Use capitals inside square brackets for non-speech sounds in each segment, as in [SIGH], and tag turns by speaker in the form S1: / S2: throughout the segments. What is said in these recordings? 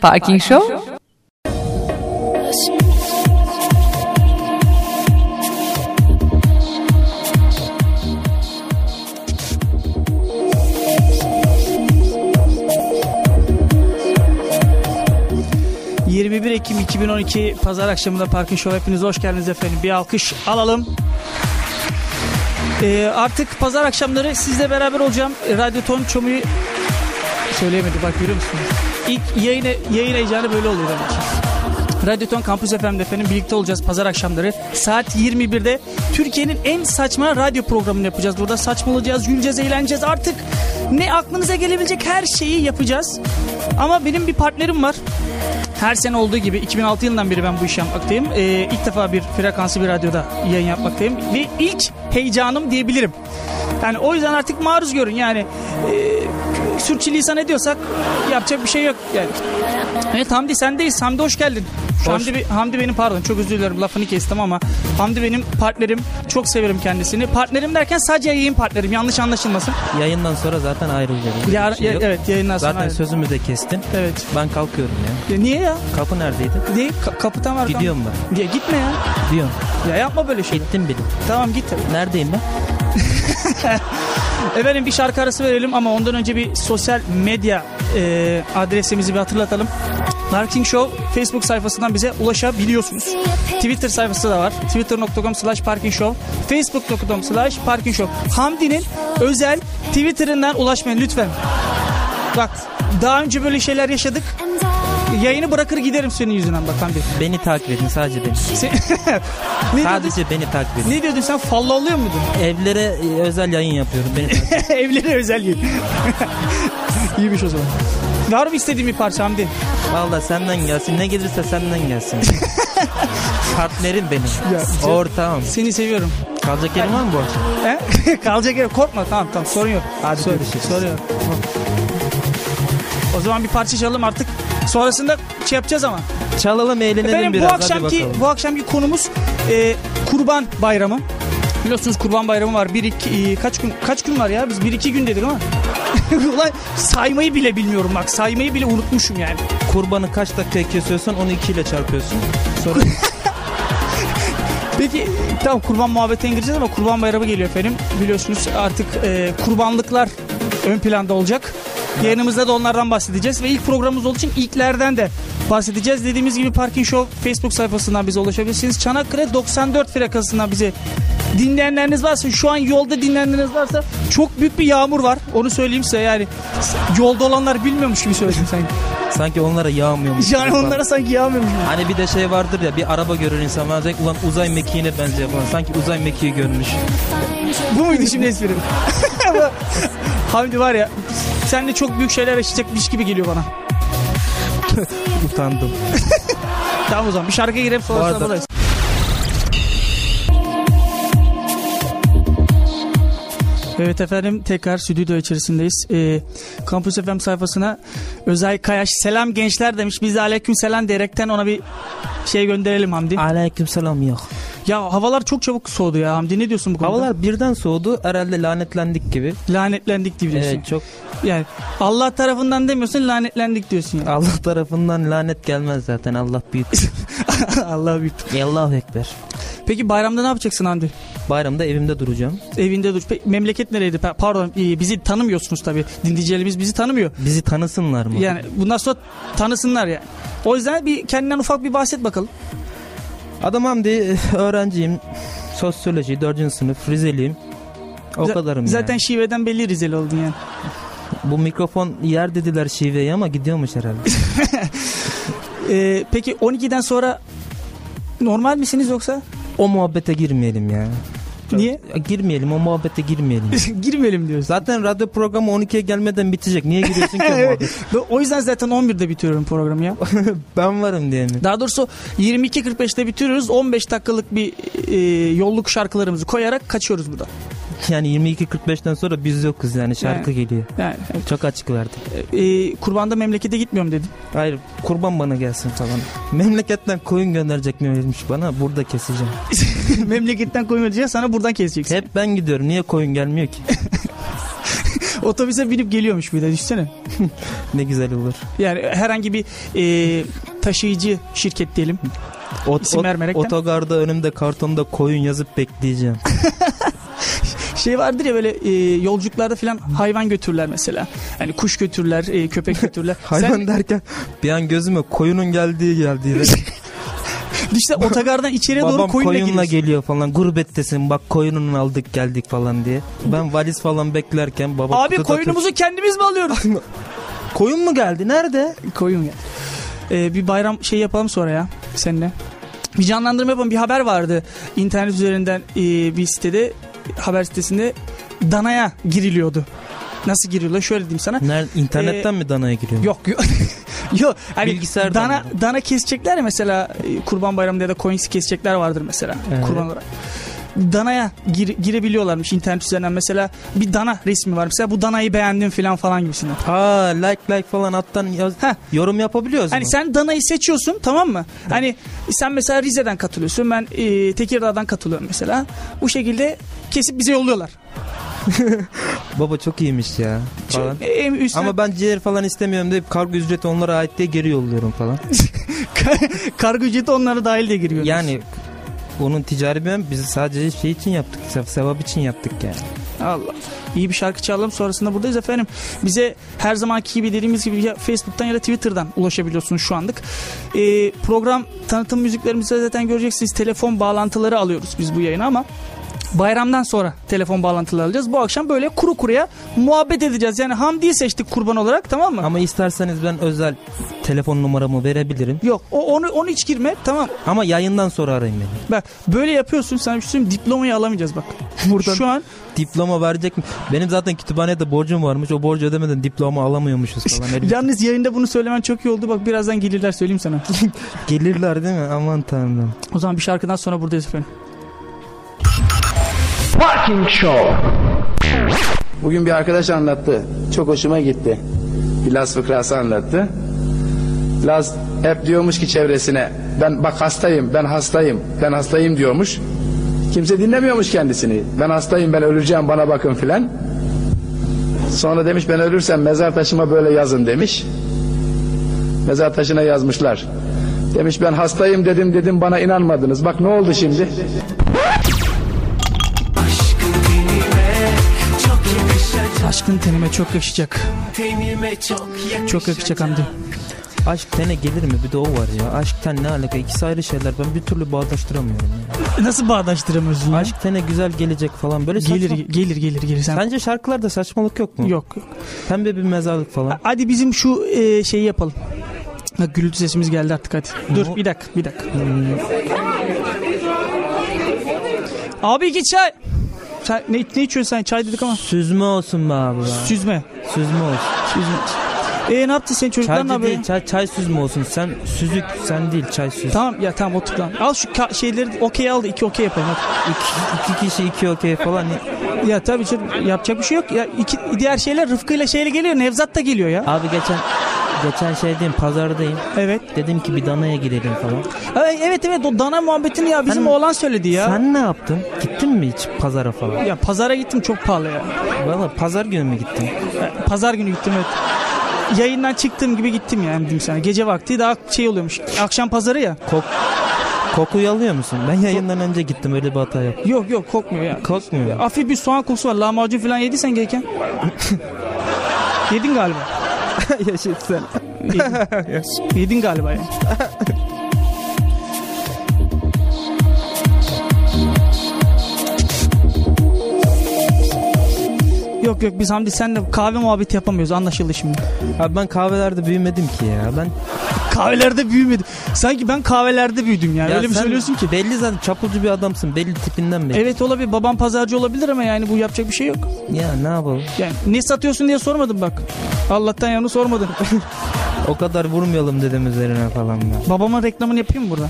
S1: Parking Show
S2: Show. 21 Ekim 2012 Pazar akşamında Parkın Show hepinize hoş geldiniz efendim. Bir alkış alalım. Ee, artık pazar akşamları sizle beraber olacağım. Radyo Tom Çomu'yu söyleyemedim bak görüyor musunuz? İlk yayın, yayın heyecanı böyle oluyor demek ki. Radyoton Kampüs FM'de efendim birlikte olacağız pazar akşamları. Saat 21'de Türkiye'nin en saçma radyo programını yapacağız. Burada saçmalayacağız, güleceğiz, eğleneceğiz. Artık ne aklınıza gelebilecek her şeyi yapacağız. Ama benim bir partnerim var. Her sene olduğu gibi 2006 yılından beri ben bu işi yapmaktayım. Ee, ilk defa bir frekanslı bir radyoda yayın yapmaktayım. Ve ilk heyecanım diyebilirim. Yani o yüzden artık maruz görün yani. E, sürçülisan ediyorsak yapacak bir şey yok yani. Evet Hamdi sendeyiz. Hamdi hoş geldin. Şu Hamdi, bir- Hamdi benim pardon çok özür dilerim lafını kestim ama Hamdi benim partnerim. Çok severim kendisini. Partnerim derken sadece yayın partnerim yanlış anlaşılmasın.
S3: Yayından sonra zaten ayrılacağız.
S2: Yar-
S3: Bir şey yok.
S2: evet yayından sonra.
S3: Zaten sözümü de kestin.
S2: Evet.
S3: Ben kalkıyorum ya.
S2: Ya E, niye ya?
S3: Kapı neredeydi?
S2: Değil ka- kapıdan var.
S3: Gidiyorum ben.
S2: Ya gitme ya.
S3: Gidiyorum.
S2: Ya yapma böyle şey.
S3: Gittim bile.
S2: Tamam git tabii.
S3: Neredeyim ben?
S2: Efendim bir şarkı arası verelim ama ondan önce bir sosyal medya e, adresimizi bir hatırlatalım. Narking Show Facebook sayfasından bize ulaşabiliyorsunuz. Twitter sayfası da var. Twitter.com slash Parking Show. Facebook.com slash Parking Show. Hamdi'nin özel Twitter'ından ulaşmayın lütfen. Bak daha önce böyle şeyler yaşadık. Yayını bırakır giderim senin yüzünden bak Hamdi.
S3: Beni takip edin sadece beni.
S2: Sen- [LAUGHS] ne, diyordun,
S3: Sadece beni takip edin.
S2: ne diyordun sen falla oluyor muydun?
S3: Evlere e, özel yayın yapıyorum. Beni takip edin.
S2: [LAUGHS] Evlere özel gün. İyiymiş o zaman. Var mı istediğin bir parça Hamdi? [LAUGHS]
S3: Valla senden gelsin. Ne gelirse senden gelsin. Partnerim benim.
S2: Ya, sen-
S3: Ortağım.
S2: Seni seviyorum.
S3: Kalacak yerim var mı bu akşam?
S2: He? [LAUGHS] Kalacak yer korkma tamam tamam sorun yok.
S3: Hadi
S2: sorun,
S3: görüşürüz.
S2: sorun yok. O zaman bir parça çalalım artık. Sonrasında şey yapacağız ama.
S3: Çalalım eğlenelim
S2: Efendim
S3: biraz.
S2: bu
S3: Hadi
S2: akşamki
S3: bakalım.
S2: bu akşamki konumuz e, Kurban Bayramı. Biliyorsunuz Kurban Bayramı var. Bir iki e, kaç gün kaç gün var ya? Biz bir iki gün dedik ama. [LAUGHS] Ulan saymayı bile bilmiyorum bak. Saymayı bile unutmuşum yani.
S3: Kurbanı kaç dakikaya kesiyorsan onu 2 ile çarpıyorsun.
S2: [LAUGHS]
S3: Sonra
S2: Peki tamam kurban muhabbetine gireceğiz ama kurban bayramı geliyor efendim. Biliyorsunuz artık e, kurbanlıklar ön planda olacak. Yayınımızda da onlardan bahsedeceğiz ve ilk programımız olduğu için ilklerden de bahsedeceğiz. Dediğimiz gibi Parking Show Facebook sayfasından bize ulaşabilirsiniz. Çanakkale 94 frekansından bizi dinleyenleriniz varsa şu an yolda dinleyenleriniz varsa çok büyük bir yağmur var. Onu söyleyeyim size yani yolda olanlar bilmiyormuş gibi söyledim sanki.
S3: sanki onlara yağmıyormuş.
S2: Yani
S3: gibi
S2: onlara sanki yağmıyormuş gibi.
S3: Hani bir de şey vardır ya bir araba görür insan bazen ulan uzay mekiğine benziyor falan. Sanki uzay mekiği görmüş.
S2: Bu muydu şimdi esprim? [LAUGHS] Hamdi var ya sen de çok büyük şeyler yaşayacakmış gibi geliyor bana.
S3: Utandım.
S2: Tamam o zaman bir şarkıya girelim
S3: Bu
S2: sonra
S3: arada-
S2: buradayız. Evet efendim tekrar stüdyo içerisindeyiz. Ee, Campus FM sayfasına Özay Kayaş selam gençler demiş. Biz de aleyküm selam diyerekten ona bir şey gönderelim Hamdi.
S3: Aleyküm selam yok.
S2: Ya havalar çok çabuk soğudu ya Hamdi ne diyorsun bu konuda?
S3: Havalar birden soğudu herhalde lanetlendik gibi.
S2: lanetlendik diyorsun.
S3: Evet çok
S2: Yani Allah tarafından demiyorsun lanetlendik diyorsun. ya.
S3: Allah tarafından lanet gelmez zaten Allah büyük.
S2: [LAUGHS] Allah büyük.
S3: Allahu Ekber.
S2: Peki bayramda ne yapacaksın Hamdi?
S3: Bayramda evimde duracağım.
S2: Evinde dur. Peki, memleket nereydi? Pa- Pardon e, bizi tanımıyorsunuz tabii. Dinleyicilerimiz bizi tanımıyor.
S3: Bizi tanısınlar mı?
S2: Yani bundan sonra tanısınlar ya. O yüzden bir kendinden ufak bir bahset bakalım.
S3: Adam Hamdi öğrenciyim. Sosyoloji 4. sınıf Rizeliyim. O
S2: Za-
S3: kadarım
S2: Zaten
S3: yani.
S2: şiveden belli Rizeli oldun yani.
S3: Bu mikrofon yer dediler şiveye ama gidiyormuş herhalde.
S2: Ee, peki 12'den sonra normal misiniz yoksa?
S3: o muhabbete girmeyelim ya.
S2: Niye? [LAUGHS]
S3: Ya girmeyelim o muhabbete girmeyelim.
S2: Girmeyelim diyoruz.
S3: [LAUGHS] Zaten radyo programı 12'ye gelmeden bitecek. Niye giriyorsun ki [LAUGHS] o muhabbete?
S2: Ben- O yüzden zaten 11'de bitiriyorum programı ya.
S3: ben varım diye mi?
S2: Daha doğrusu 22.45'te bitiriyoruz. 15 dakikalık bir e, yolluk şarkılarımızı koyarak kaçıyoruz burada.
S3: Yani 22.45'ten sonra biz yokuz yani şarkı geliyor.
S2: Yani
S3: Çok açık verdi.
S2: e, kurbanda memlekete gitmiyorum [LAUGHS] dedim.
S3: Hayır kurban bana gelsin falan. Memleketten koyun gönderecek miymiş bana? Burada keseceğim.
S2: Memleketten koymayacağız sana buradan keseceksin.
S3: Hep ben gidiyorum. Niye koyun gelmiyor ki?
S2: O Otobüse binip geliyormuş bir de düşünsene.
S3: [LAUGHS] Ne güzel olur.
S2: Yani herhangi bir e, taşıyıcı şirket diyelim.
S3: Ot,
S2: İsim
S3: ot-
S2: vermerekten.
S3: otogarda önümde kartonda koyun yazıp bekleyeceğim.
S2: Şey vardır ya böyle e, yolculuklarda falan hayvan götürürler mesela. Yani kuş götürürler, e, köpek götürürler.
S3: [LAUGHS] Hayvan
S2: Sen
S3: derken bir an gözüme koyunun geldiği geldi. [LAUGHS]
S2: işte otogardan içeriye doğru
S3: Babam
S2: koyunla,
S3: koyunla
S2: geliyorsun.
S3: geliyor falan. Gurbettesin bak koyunun aldık geldik falan diye. Ben valiz falan beklerken baba
S2: Abi
S3: kutuda
S2: koyunumuzu kendimiz mi alıyoruz?
S3: tut- Koyun mu geldi? Nerede?
S2: Koyun ya. E, bir bayram şey yapalım sonra ya seninle. Bir canlandırma yapalım. Bir haber vardı internet üzerinden e, bir sitede, haber sitesinde danaya giriliyordu. Nasıl giriliyor? Şöyle diyeyim sana.
S3: Nerede? İnternetten mi danaya giriyor?
S2: Yok yok. [LAUGHS] yok. Hani
S3: Bilgisayardan
S2: dana,
S3: mı?
S2: dana kesecekler ya mesela e, kurban bayramında ya da coins kesecekler vardır mesela
S3: Evet.
S2: kurban olarak. Danaya gir- girebiliyorlarmış internet üzerinden mesela bir dana resmi var mesela bu danayı beğendim falan falan gibisinden.
S3: Ha like like falan alttan yaz-
S2: Heh.
S3: yorum yapabiliyoruz
S2: Hani
S3: mu?
S2: sen danayı seçiyorsun tamam mı? Hani sen mesela Rize'den katılıyorsun ben e, Tekirdağ'dan katılıyorum mesela. Bu şekilde kesip bize yolluyorlar.
S3: Baba çok iyiymiş ya falan.
S2: Şu- e, üstüne-
S3: Ama ben ciğer falan istemiyorum deyip kargo ücreti onlara ait diye geri yolluyorum falan.
S2: kargo ücreti onlara dahil diye giriyor.
S3: Yani onun ticari ben biz sadece şey için yaptık. se- Sevap için yaptık yani.
S2: Allah. İyi bir şarkı çalalım sonrasında buradayız efendim. Bize her zamanki gibi dediğimiz gibi ya Facebook'tan ya da Twitter'dan ulaşabiliyorsunuz şu anlık. Ee, program tanıtım müziklerimizde zaten göreceksiniz telefon bağlantıları alıyoruz biz bu yayına ama bayramdan sonra telefon bağlantıları alacağız. Bu akşam böyle kuru kuruya muhabbet edeceğiz. Yani Hamdi'yi seçtik kurban olarak tamam mı?
S3: Ama isterseniz ben özel telefon numaramı verebilirim.
S2: Yok o, onu, onu hiç girme tamam.
S3: Ama yayından sonra arayın beni.
S2: Bak böyle yapıyorsun sana bir şey söyleyeyim diplomayı alamayacağız bak.
S3: Buradan-
S2: Şu an
S3: Diploma verecek mi? Benim zaten kütüphanede borcum varmış. O borcu ödemeden diploma alamıyormuşuz falan. Herif-
S2: yalnız yayında bunu söylemen çok iyi oldu. Bak birazdan gelirler söyleyeyim sana.
S3: Gelirler değil mi? Aman tanrım.
S2: O zaman bir şarkıdan sonra buradayız efendim.
S1: Parking Show. Bugün bir arkadaş anlattı. Çok hoşuma gitti. Bir Las fıkrası anlattı. Laz hep diyormuş ki çevresine ben bak hastayım ben hastayım ben hastayım diyormuş. Kimse dinlemiyormuş kendisini. Ben hastayım ben öleceğim bana bakın filan. Sonra demiş ben ölürsem mezar taşıma böyle yazın demiş. Mezar taşına yazmışlar. Demiş ben hastayım dedim dedim bana inanmadınız. Bak ne oldu şimdi?
S4: Aşkın tenime çok yakışacak
S2: Aşkın tenime çok yakışacak.
S4: Tenime çok yakışacak
S2: Çok yakışacak Hamdi.
S3: Aşk tene gelir mi? Bir de o var ya. Aşk ten ne alaka? İkisi ayrı şeyler. Ben bir türlü bağdaştıramıyorum. ya.
S2: Nasıl bağdaştıramıyorsun ya?
S3: Aşk tene güzel gelecek falan. Böyle saçma.
S2: gelir, gelir gelir gelir. Sen...
S3: Sence şarkılarda saçmalık yok mu?
S2: Yok yok.
S3: Pembe bir mezarlık falan.
S2: Hadi bizim şu e, şeyi yapalım. Bak gürültü sesimiz geldi artık hadi. Dur
S3: Ne o-
S2: bir dakika bir dakika. Abi iki çay. Sen, ne, ne içiyorsun sen? Çay dedik ama.
S3: Süzme olsun be abi. ya.
S2: Süzme.
S3: Süzme olsun.
S2: Süzme. E ne yaptın senin çocuklar ne
S3: Çaycı
S2: haber?
S3: değil, çay, çay süzme olsun. Sen süzük, sen değil çay süz.
S2: Tamam ya tamam otur lan. Al şu ka- şeyleri okey al da iki okey yapalım hadi.
S3: İki, iki kişi iki okey falan.
S2: Ya tabii canım, yapacak bir şey yok. Ya iki, diğer şeyler Rıfkı'yla şeyle geliyor. Nevzat da geliyor ya.
S3: Abi geçen geçen şeydeyim, pazardayım.
S2: Evet.
S3: Dedim ki bir danaya girelim falan.
S2: Ay, Evet evet o dana muhabbetini ya bizim
S3: Sen-
S2: oğlan söyledi ya.
S3: Sen ne yaptın? Gittin mi hiç pazara falan?
S2: Ya pazara gittim çok pahalı ya.
S3: Valla pazar günü mü gittin?
S2: Ya, Pazar günü gittim evet. Yayından çıktığım gibi gittim yani diyeyim sana. Gece vakti daha şey oluyormuş. Akşam pazarı ya.
S3: Kok, kokuyu alıyor musun? Ben yayından önce gittim öyle bir hata yaptım.
S2: Yok yok kokmuyor ya.
S3: Kokmuyor mu?
S2: Hafif bir soğan kokusu var. Lahmacun falan yediysen
S3: [LAUGHS]
S2: gereken. Yedin galiba.
S3: Yaşasın. sen.
S2: Yedin galiba ya. [LAUGHS] Yok yok biz Hamdi senle kahve muhabbeti yapamıyoruz anlaşıldı şimdi.
S3: Abi ben kahvelerde büyümedim ki ya. Ben
S2: Kahvelerde büyümedim. Sanki ben kahvelerde büyüdüm yani.
S3: ya
S2: Öyle mi
S3: sen
S2: söylüyorsun ki?
S3: Belli zaten çapulcu bir adamsın. Belli tipinden belli.
S2: Evet olabilir. Babam pazarcı olabilir ama yani bu yapacak bir şey yok.
S3: Ya ne yapalım?
S2: Yani ne satıyorsun diye sormadım bak. Allah'tan yanı sormadın.
S3: O kadar vurmayalım dedim üzerine falan ya.
S2: [LAUGHS] Babama reklamını yapayım mı burada?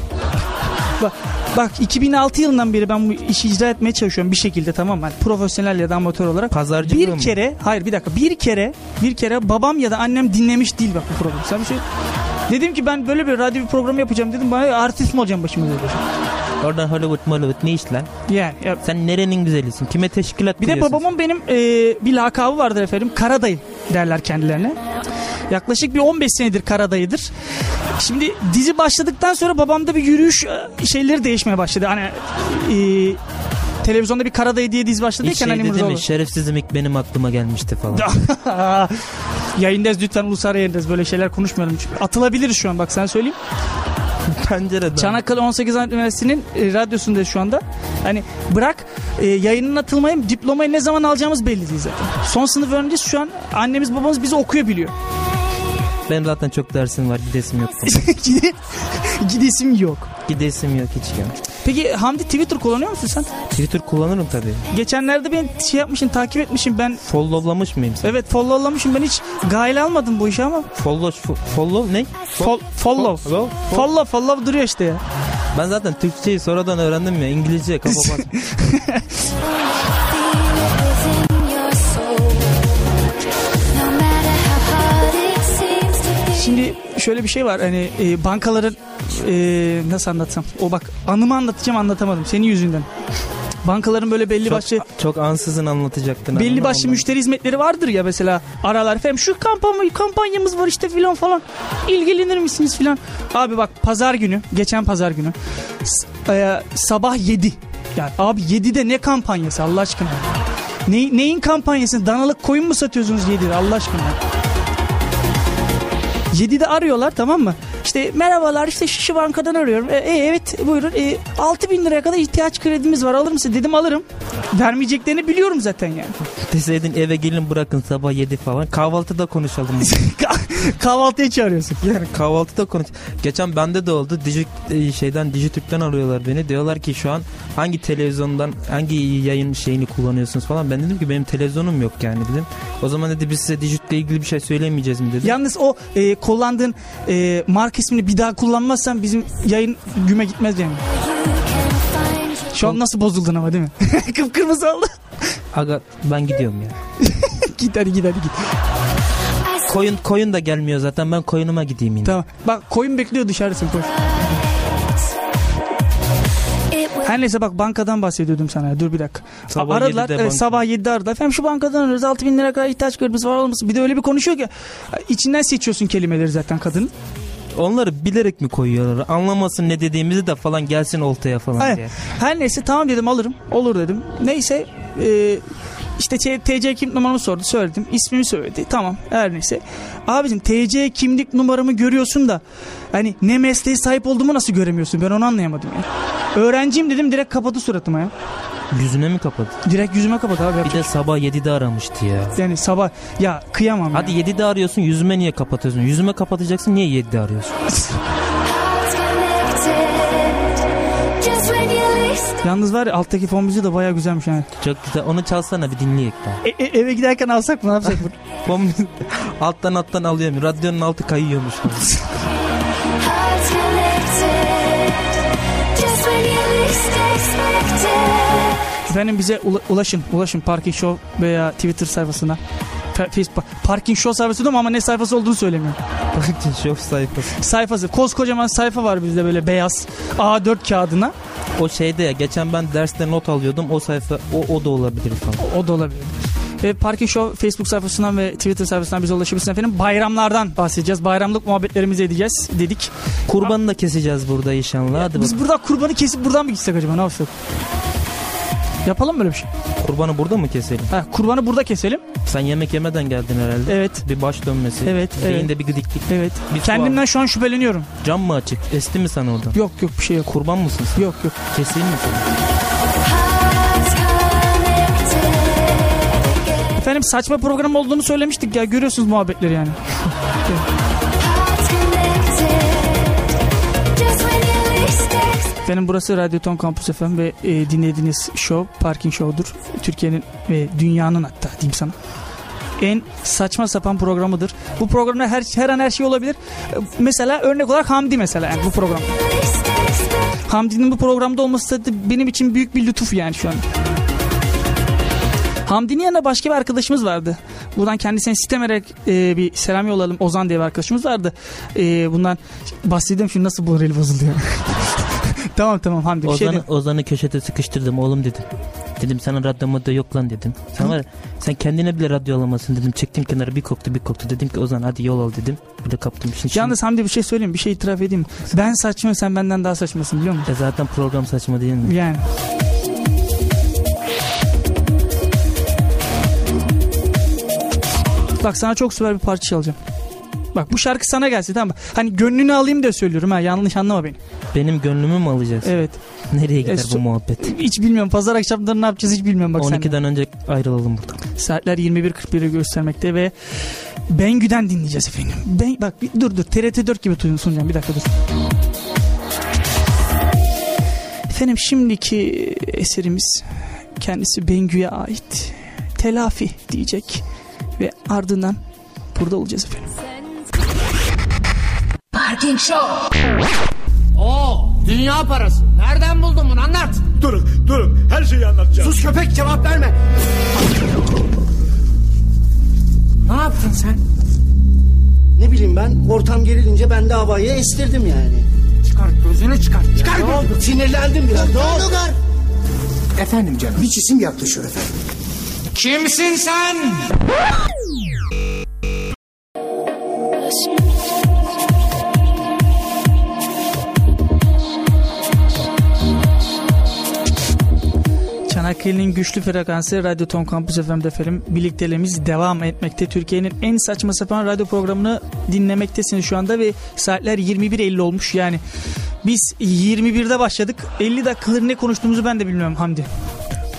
S2: Bak, bak 2006 yılından beri ben bu işi icra etmeye çalışıyorum bir şekilde tamam mı? Hani profesyonel ya da amatör olarak.
S3: Pazarcı
S2: bir
S3: mı?
S2: kere, hayır bir dakika. Bir kere, bir kere babam ya da annem dinlemiş değil bak bu programı. Sen bir şey Dedim ki ben böyle bir radyo bir programı yapacağım dedim. Bana artist mi olacağım başıma dedi.
S3: Oradan Hollywood Mollywood ne iş lan?
S2: Yani ya-
S3: Sen nerenin güzelisin? Kime teşkilat
S2: Bir de
S3: kuruyorsun?
S2: babamın benim e, bir lakabı vardır efendim. Karadayı derler kendilerine. Yaklaşık bir 15 senedir Karadayı'dır. Şimdi dizi başladıktan sonra babamda bir yürüyüş e, şeyleri değişmeye başladı. Hani e, televizyonda bir Karadayı diye dizi başladı ya
S3: Hiç şey
S2: Kenan
S3: dedi mi?
S2: İmirzalıoğlu.
S3: Şerefsizim ilk benim aklıma gelmişti falan. şey.
S2: [LAUGHS] yayındayız lütfen ulusal yayındayız böyle şeyler konuşmayalım. Çünkü atılabiliriz şu an bak sen söyleyeyim.
S3: [LAUGHS] Pencereden.
S2: Çanakkale 18 Aralık Üniversitesi'nin e, radyosunda şu anda. Hani bırak e, yayının atılmayı, diplomayı ne zaman alacağımız belli değil zaten. Son sınıf öğrenciyiz şu an. Annemiz babamız bizi okuyor biliyor.
S3: Benim zaten çok dersim var gidesim yok.
S2: [LAUGHS] Gide- Gidesim yok.
S3: gidesim yok hiç ya.
S2: Peki Hamdi Twitter kullanıyor musun sen?
S3: Twitter kullanırım tabii.
S2: Geçenlerde beni şey yapmışsın, takip etmişsin ben.
S3: Followlamış mıyım sen?
S2: Evet followlamışım ben hiç gayle almadım bu işi ama.
S3: Follow, fo- follow ne?
S2: Fol- follow.
S3: Follow.
S2: Follow follow duruyor işte ya.
S3: Ben zaten Türkçeyi sonradan öğrendim ya. İngilizce kafa bas.
S2: Şimdi şöyle bir şey var hani e, bankaların e, nasıl anlatsam? O bak anımı anlatacağım anlatamadım senin yüzünden. Bankaların böyle belli
S3: çok,
S2: başlı
S3: çok ansızın anlatacaktın.
S2: belli
S3: anlamam
S2: başlı
S3: ben.
S2: müşteri hizmetleri vardır ya mesela aralar efendim şu kampanya kampanyamız var işte filan falan ilgilenir misiniz filan. Abi bak pazar günü geçen pazar günü s- e, sabah 7 yani abi 7'de ne kampanyası Allah aşkına. Ne, neyin kampanyası? Danalık koyun mu satıyorsunuz 7'de Allah aşkına? 7'de arıyorlar tamam mı? İşte merhabalar işte şu, şu bankadan arıyorum. E, e, evet buyurun. E, 6 bin liraya kadar ihtiyaç kredimiz var alır mısın? Dedim alırım. Vermeyeceklerini biliyorum zaten yani.
S3: Deseydin eve gelin bırakın sabah 7 falan. Kahvaltıda konuşalım.
S2: Kah- Kahvaltıya çağırıyorsun.
S3: yani kahvaltıda konuş. Geçen bende de oldu. Digi, e, şeyden Dijitürk'ten arıyorlar beni. Diyorlar ki şu an hangi televizyondan hangi yayın şeyini kullanıyorsunuz falan. Ben dedim ki benim televizyonum yok yani dedim. O zaman dedi biz size Dijitürk'le ilgili bir şey söylemeyeceğiz mi dedi.
S2: Yalnız o e, kullandığın e, marka ismini bir daha kullanmazsan bizim yayın güme gitmez yani. Şu an nasıl bozuldun ama değil mi? [LAUGHS] Kıpkırmızı oldu. [LAUGHS]
S3: Aga ben gidiyorum ya.
S2: git hadi git hadi git.
S3: Koyun koyun da gelmiyor zaten. Ben koyunuma gideyim yine.
S2: Tamam. Bak koyun bekliyor dışarısın koş. Her neyse bak bankadan bahsediyordum sana. ya. Dur bir dakika.
S3: Sabah
S2: aradılar.
S3: 7'de
S2: evet,
S3: banka.
S2: sabah 7'de aradılar. Efendim şu bankadan arıyoruz. 6 bin lira kadar ihtiyaç görmemiz var olur musun? Bir de öyle bir konuşuyor ki. içinden seçiyorsun kelimeleri zaten kadının.
S3: Onları bilerek mi koyuyorlar? Anlamasın ne dediğimizi de falan gelsin oltaya falan
S2: Hayır.
S3: diye.
S2: Her neyse tamam dedim alırım. Olur dedim. Neyse e, işte T- TC kimlik numaramı sordu. Söyledim. İsmimi söyledi. Tamam her neyse. Abicim TC kimlik numaramı görüyorsun da hani ne mesleğe sahip olduğumu nasıl göremiyorsun? Ben onu anlayamadım ya. Öğrenciyim dedim direkt kapadı suratıma ya.
S3: Yüzüne mi kapadı?
S2: Direkt yüzüme kapadı abi. şey
S3: Bir de sabah 7'de aramıştı ya.
S2: Yani sabah ya kıyamam
S3: Hadi
S2: ya.
S3: 7'de arıyorsun yüzüme niye kapatıyorsun? Yüzüme kapatacaksın niye 7'de arıyorsun?
S5: Just when you least
S2: Yalnız var ya alttaki fon müziği de bayağı güzelmiş yani.
S3: Çok güzel onu çalsana bir dinleyek ben. [LAUGHS]
S2: E- e- eve giderken alsak mı ne yapsak?
S3: Bom- alttan alttan alıyorum. Radyonun altı [LAUGHS] kayıyormuş.
S5: hearts connected. Just when you least expect it.
S2: Efendim bize ula- ulaşın. Ulaşın Parking Show veya Twitter sayfasına. Fe- Facebook Parking Show sayfası diyorum ama ne sayfası olduğunu söylemiyorum.
S3: Bakın şov sayfası.
S2: Sayfası. Koskocaman sayfa var bizde böyle beyaz A4 kağıdına.
S3: O şeyde ya geçen ben derste not alıyordum. O sayfa o, o da olabilir falan.
S2: O, o da olabilir. Ve Parking Show Facebook sayfasından ve Twitter sayfasından bize ulaşabilirsiniz efendim. Bayramlardan bahsedeceğiz. Bayramlık muhabbetlerimizi edeceğiz dedik.
S3: Kurbanı da keseceğiz burada inşallah. Hadi bak.
S2: Biz burada kurbanı kesip buradan mı gitsek acaba ne yapsak? Yapalım mı böyle bir şey?
S3: Kurbanı burada mı keselim?
S2: Ha, kurbanı burada keselim.
S3: Sen yemek yemeden geldin herhalde.
S2: Evet.
S3: Bir baş dönmesi.
S2: Evet, evet.
S3: Beyinde bir gıdiklik.
S2: Evet.
S3: Bir
S2: Kendimden şu an şüpheleniyorum.
S3: Cam mı açık? Esti mi sana oradan?
S2: Yok yok bir şey yok.
S3: Kurban mısın sen?
S2: Yok yok.
S3: Keseyim mi sana?
S2: Efendim saçma program olduğunu söylemiştik ya görüyorsunuz muhabbetleri yani.
S5: Just when you least expect
S2: Efendim burası Radyo Ton Kampüs FM ve e, dinlediğiniz show Parking Show'dur. Türkiye'nin ve dünyanın hatta diyeyim sana. En saçma sapan programıdır. Bu programda her, her an her şey olabilir. E, Mesela örnek olarak Hamdi mesela yani bu program. Hamdi'nin bu programda olması da benim için büyük bir lütuf yani şu an. Hamdi'nin yanında başka bir arkadaşımız vardı. Buradan kendisine sitem ederek e, bir selam yollayalım. Ozan diye bir arkadaşımız vardı. E, bundan bahsedeyim şimdi nasıl bu rel bozuluyor. [LAUGHS] tamam tamam Hamdi bir şey
S3: Ozan'ı,
S2: de.
S3: Ozan'ı köşede sıkıştırdım oğlum dedim. Dedim sana radyo modda yok lan dedim. Sen var ya, sen kendine bile radyo alamazsın dedim. Çektim kenara bir koktu bir koktu. Dedim ki Ozan hadi yol al dedim. Böyle kaptım işin. içine.
S2: Yalnız Hamdi bir şey söyleyeyim bir şey itiraf edeyim. Ben saçmıyorum sen benden daha saçmasın biliyor musun?
S3: E zaten program saçma değil mi?
S2: Yani. Bak sana çok süper bir parça çalacağım. Bak bu şarkı sana gelsin tamam mı? Hani gönlünü alayım da söylüyorum ha yanlış anlama beni.
S3: Benim gönlümü mü alacaksın?
S2: Evet.
S3: Nereye gider
S2: so-
S3: bu muhabbet?
S2: Hiç bilmiyorum pazar akşamları ne yapacağız hiç bilmiyorum bak senden.
S3: 12'den önce ayrılalım buradan.
S2: Saatler 21.41'i göstermekte ve Bengü'den dinleyeceğiz efendim. Ben, bak bir, dur dur TRT 4 gibi tuyun- sunacağım bir dakika dur. Efendim şimdiki eserimiz kendisi Bengü'ye ait. Telafi diyecek ve ardından burada olacağız efendim.
S6: Oo, dünya parası. Nereden buldun bunu anlat.
S7: Durun, durun. Her şeyi anlatacağım.
S6: Sus köpek cevap verme. Ne yaptın sen?
S8: Ne bileyim ben ortam gerilince ben de havayı estirdim yani.
S6: Çıkart gözünü çıkart. Çıkar
S8: Ne oldu? Sinirlendim biraz. Ne oldu?
S6: Efendim canım.
S8: Bir cisim yaklaşıyor efendim.
S6: Kimsin sen?
S2: Çanakkale'nin güçlü frekansı Radyo Tom Campus FM'de efendim. Birlikteliğimiz devam etmekte. Türkiye'nin en saçma sapan radyo programını dinlemektesiniz şu anda ve saatler 21.50 olmuş yani. Biz 21'de başladık. 50 dakikaları ne konuştuğumuzu ben de bilmiyorum Hamdi.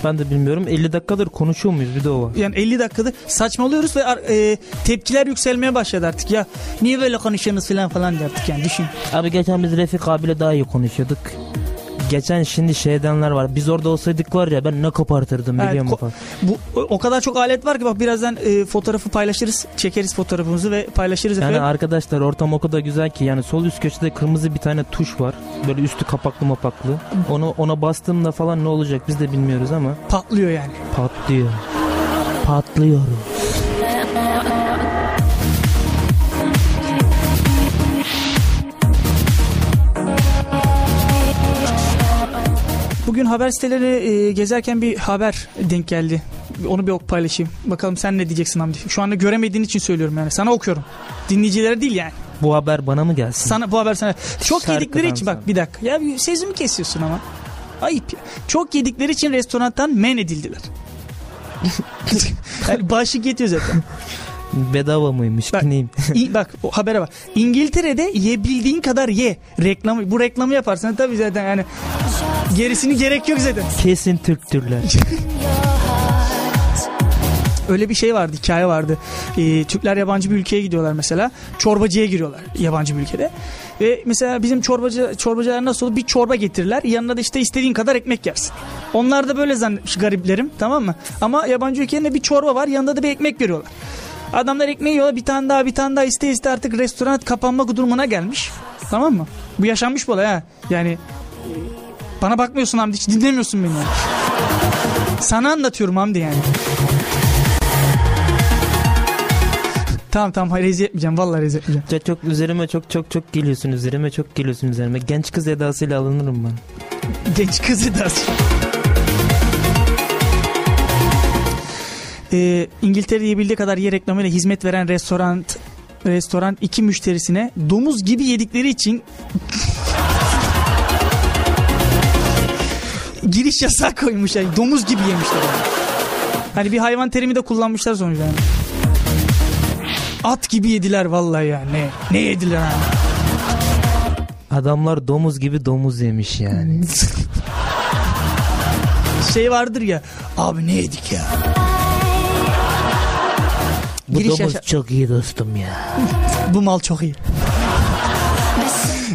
S3: Ben de bilmiyorum 50 dakikadır konuşuyor muyuz bir de o var.
S2: Yani 50 dakikada saçmalıyoruz ve ar- e, tepkiler yükselmeye başladı artık. Ya niye böyle konuşuyorsunuz falan falan diye artık yani düşün.
S3: Abi geçen biz Refik abiyle daha iyi konuşuyorduk. Geçen şimdi şeydenler var. Biz orada olsaydık var ya ben ne kopartırdım
S2: Evet,
S3: biliyor musun?
S2: ko- Bu o- o kadar çok alet var ki bak birazdan e, fotoğrafı paylaşırız. Çekeriz fotoğrafımızı ve paylaşırız
S3: Yani
S2: efendim.
S3: arkadaşlar ortam o kadar güzel ki yani sol üst köşede kırmızı bir tane tuş var. Böyle üstü kapaklı mapaklı. Onu ona bastığımda falan ne olacak biz de bilmiyoruz ama
S2: Patlıyor yani.
S3: patlıyor. Patlıyor.
S2: Bugün haber siteleri e, gezerken bir haber denk geldi. Onu bir ok paylaşayım. Bakalım sen ne diyeceksin Hamdi. Şu anda göremediğin için söylüyorum yani. Sana okuyorum. Dinleyicilere değil yani.
S3: Bu haber bana mı gelsin?
S2: Sana bu haber sana. Çok
S3: Şarkıdan
S2: yedikleri için
S3: sana.
S2: bak bir dakika. Ya bir sözümü kesiyorsun ama. Ayıp ya. Çok yedikleri için restorandan men edildiler. yani başlık yetiyor zaten.
S3: Bedava mıymış?
S2: Bak-
S3: Neyim?
S2: İ- bak o habere bak. İngiltere'de yebildiğin kadar ye. Reklamı, bu reklamı yaparsan tabii zaten yani gerisini gerek yok zaten.
S3: Kesin Türktürler. [LAUGHS]
S2: Öyle bir şey vardı, hikaye vardı. Ee, Türkler yabancı bir ülkeye gidiyorlar mesela. Çorbacıya giriyorlar yabancı bir ülkede. Ve mesela bizim çorbacı çorbacılar nasıl olur? Bir çorba getirirler. Yanına da işte istediğin kadar ekmek yersin. Onlar da böyle zannetmiş gariplerim tamam mı? Ama yabancı ülkenin de bir çorba var. Yanında da bir ekmek veriyorlar. Adamlar ekmeği yiyorlar. Bir tane daha bir tane daha iste iste artık restoran kapanma durumuna gelmiş. Tamam mı? Bu yaşanmış bu olay ha. Yani e, bana bakmıyorsun Hamdi hiç dinlemiyorsun beni. yani. Sana anlatıyorum Hamdi yani. Tamam tamam hayır rezil etmeyeceğim. Vallahi rezil etmeyeceğim.
S3: Ya çok üzerime çok çok çok geliyorsun üzerime çok geliyorsun üzerime. Genç kız edasıyla alınırım ben.
S2: Genç kızı da. Ee, İngiltere'de yiyebildiği kadar yer reklamıyla hizmet veren restoran restoran iki müşterisine domuz gibi yedikleri için giriş yasağı koymuş yani domuz gibi yemişler. yani. Hani bir hayvan terimi de kullanmışlar sonuçta. yani. At gibi yediler vallahi ya ne ne yediler ha.
S3: Adamlar domuz gibi domuz yemiş yani.
S2: şey vardır ya. Abi ne yedik ya?
S3: Bu
S2: Giriş
S3: domuz
S2: yaşa-
S3: çok iyi dostum ya.
S2: Bu mal çok iyi.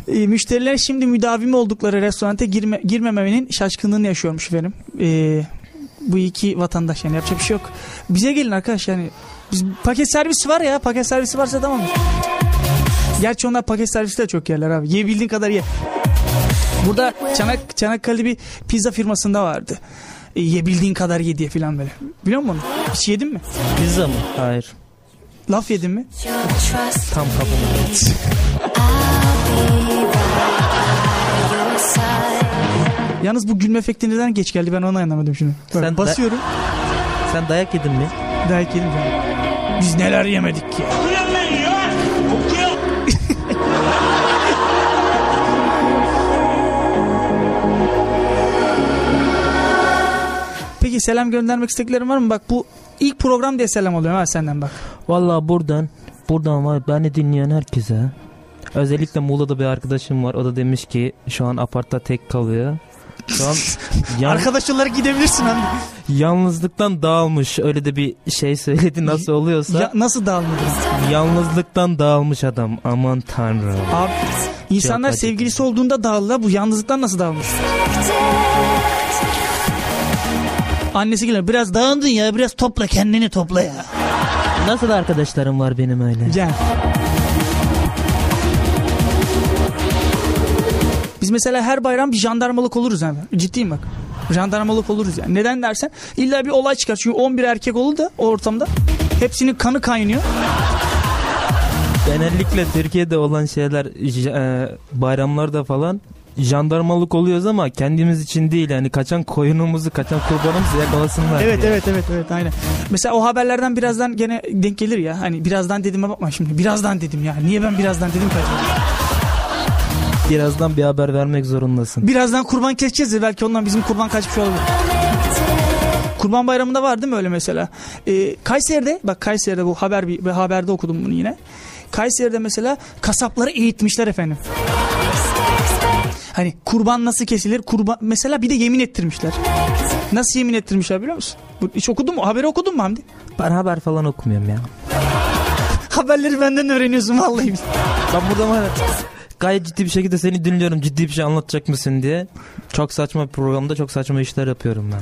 S2: E, müşteriler şimdi müdavimi oldukları restoranta girme, girmememenin şaşkınlığını yaşıyormuş efendim. E, bu iki vatandaş yani yapacak bir şey yok. Bize gelin arkadaş yani. Biz, paket servisi var ya paket servisi varsa tamam mı? Gerçi onlar paket servisi de çok yerler abi. Yiyebildiğin kadar ye. Burada Çanak, Çanakkale'de bir pizza firmasında vardı. E, yiyebildiğin kadar ye diye falan böyle. Biliyor musun onu? Hiç yedin mi?
S3: Pizza mı? Hayır.
S2: Laf yedin mi?
S3: Tam kabul.
S5: Your side.
S2: Yalnız bu gülme efekti neden geç geldi ben onu anlamadım şimdi. Bak,
S3: Sen da-
S2: basıyorum.
S3: Sen dayak yedin mi?
S2: Dayak yedim canım. Biz neler yemedik ki. [LAUGHS] Peki selam göndermek isteklerin var mı? Bak bu ilk program diye selam alıyorum ha senden bak.
S3: Vallahi buradan buradan var beni dinleyen herkese. Özellikle Muğla'da bir arkadaşım var. O da demiş ki şu an apartta tek kalıyor. Şu [LAUGHS] an yan-
S2: Arkadaş olarak Hani- gidebilirsin abi.
S3: yalnızlıktan dağılmış. Öyle de bir şey söyledi nasıl oluyorsa.
S2: Ya, nasıl dağılmadın?
S3: Yalnızlıktan dağılmış adam. Aman tanrım.
S2: Abi insanlar
S3: acıdı.
S2: sevgilisi olduğunda dağılırlar. Bu yalnızlıktan nasıl dağılmış? Annesi geliyor. Biraz dağındın ya. Biraz topla kendini topla ya.
S3: Nasıl arkadaşlarım var benim öyle?
S2: Gel. Biz mesela her bayram bir jandarmalık oluruz abi. Ciddiyim bak. Jandarmalık oluruz yani. Neden dersen illa bir olay çıkar. Çünkü 11 erkek olur da o ortamda. Hepsinin kanı kaynıyor.
S3: Genellikle Türkiye'de olan şeyler j- e, bayramlarda falan jandarmalık oluyoruz ama kendimiz için değil yani kaçan koyunumuzu kaçan kurbanımızı yakalasınlar.
S2: Evet
S3: diye.
S2: evet evet evet aynen. Mesela o haberlerden birazdan gene denk gelir ya. Hani birazdan dediğime bakma şimdi. Birazdan dedim ya. Niye ben birazdan dedim ki acaba?
S3: Birazdan bir haber vermek zorundasın.
S2: Birazdan kurban keseceğiz ya belki ondan bizim kurban kaçmış olabilir. Kurban Bayramı'nda var değil mi öyle mesela? Ee, Kayseri'de bak Kayseri'de bu haber bir, bir haberde okudum bunu yine. Kayseri'de mesela kasapları eğitmişler efendim. Hani kurban nasıl kesilir? Kurban mesela bir de yemin ettirmişler. Nasıl yemin ettirmişler biliyor musun? Bu, hiç okudun mu? Haberi okudun mu Hamdi?
S3: Ben haber falan okumuyorum ya.
S2: Haberleri benden öğreniyorsun vallahi. biz.
S3: Ben burada var ya, gayet ciddi bir şekilde seni dinliyorum ciddi bir şey anlatacak mısın diye. Çok saçma bir programda çok saçma işler yapıyorum ben.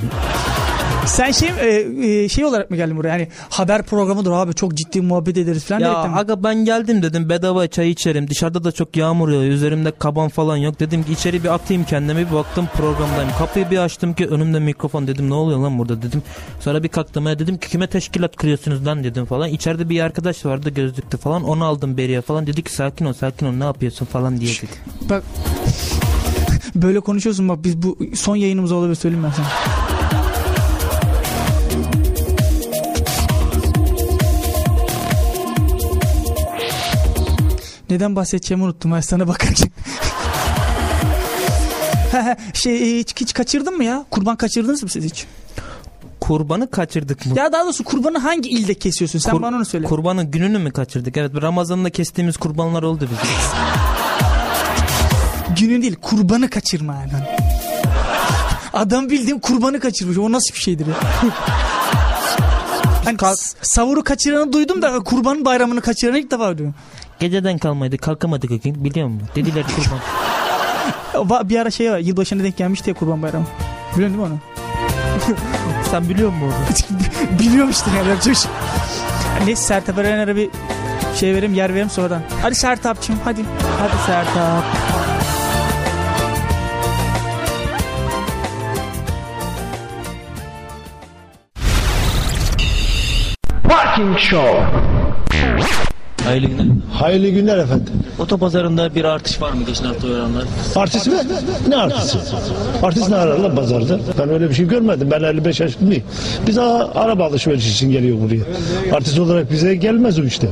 S2: Sen şey e, e, şey olarak mı geldin buraya? Yani haber programıdır abi çok ciddi muhabbet ederiz falan.
S3: Ya
S2: diyerekten mi?
S3: aga ben geldim dedim bedava çay içerim. Dışarıda da çok yağmur yağıyor. Üzerimde kaban falan yok. Dedim ki içeri bir atayım kendimi. Bir baktım programdayım. Kapıyı bir açtım ki önümde mikrofon dedim. Ne oluyor lan burada dedim. Sonra bir kalktım ya dedim ki kime teşkilat kırıyorsunuz lan dedim falan. İçeride bir arkadaş vardı gözlüktü falan. Onu aldım beriye falan. Dedi ki sakin ol sakin ol ne yapıyorsun falan diye dedi.
S2: Bak böyle konuşuyorsun bak biz bu son yayınımız olabilir söyleyeyim ben sana. Neden bahsedeceğimi unuttum ben sana bakarken. [LAUGHS] şey hiç, hiç kaçırdın mı ya? Kurban kaçırdınız mı siz hiç?
S3: Kurbanı kaçırdık mı?
S2: Ya daha doğrusu kurbanı hangi ilde kesiyorsun? Sen
S3: Kur-
S2: bana onu söyle.
S3: Kurbanın gününü mü kaçırdık? Evet Ramazan'da kestiğimiz kurbanlar oldu bizim.
S2: Günü değil kurbanı kaçırma yani. Adam bildiğin kurbanı kaçırmış. O nasıl bir şeydir ya? Hani s- savuru kaçıranı duydum da kurbanın bayramını kaçıranı ilk defa duyuyorum.
S3: Geceden kalmaydı kalkamadık o gün biliyor musun? Dediler kurban.
S2: Va- Bir ara şey var yılbaşına denk gelmişti ya kurban bayramı. Biliyorsun değil mi onu?
S3: Sen biliyor musun
S2: [LAUGHS]
S3: onu?
S2: Biliyorum işte yani yapacak bir şey. Neyse Sertab Erener'e bir şey vereyim yer vereyim sonradan. Hadi Sertab'cığım hadi. Hadi Sertab.
S1: Parking Show.
S9: Hayırlı günler.
S7: Hayırlı günler efendim.
S9: Otopazarında bir artış var mı geçen hafta oranlar?
S7: Artist mi? Ne artisti? Artist ne arar lan pazarda? Ben öyle bir şey görmedim. Ben 55 yaşındayım. Biz a- araba alışverişi için geliyor buraya. Artist olarak bize gelmez o işler.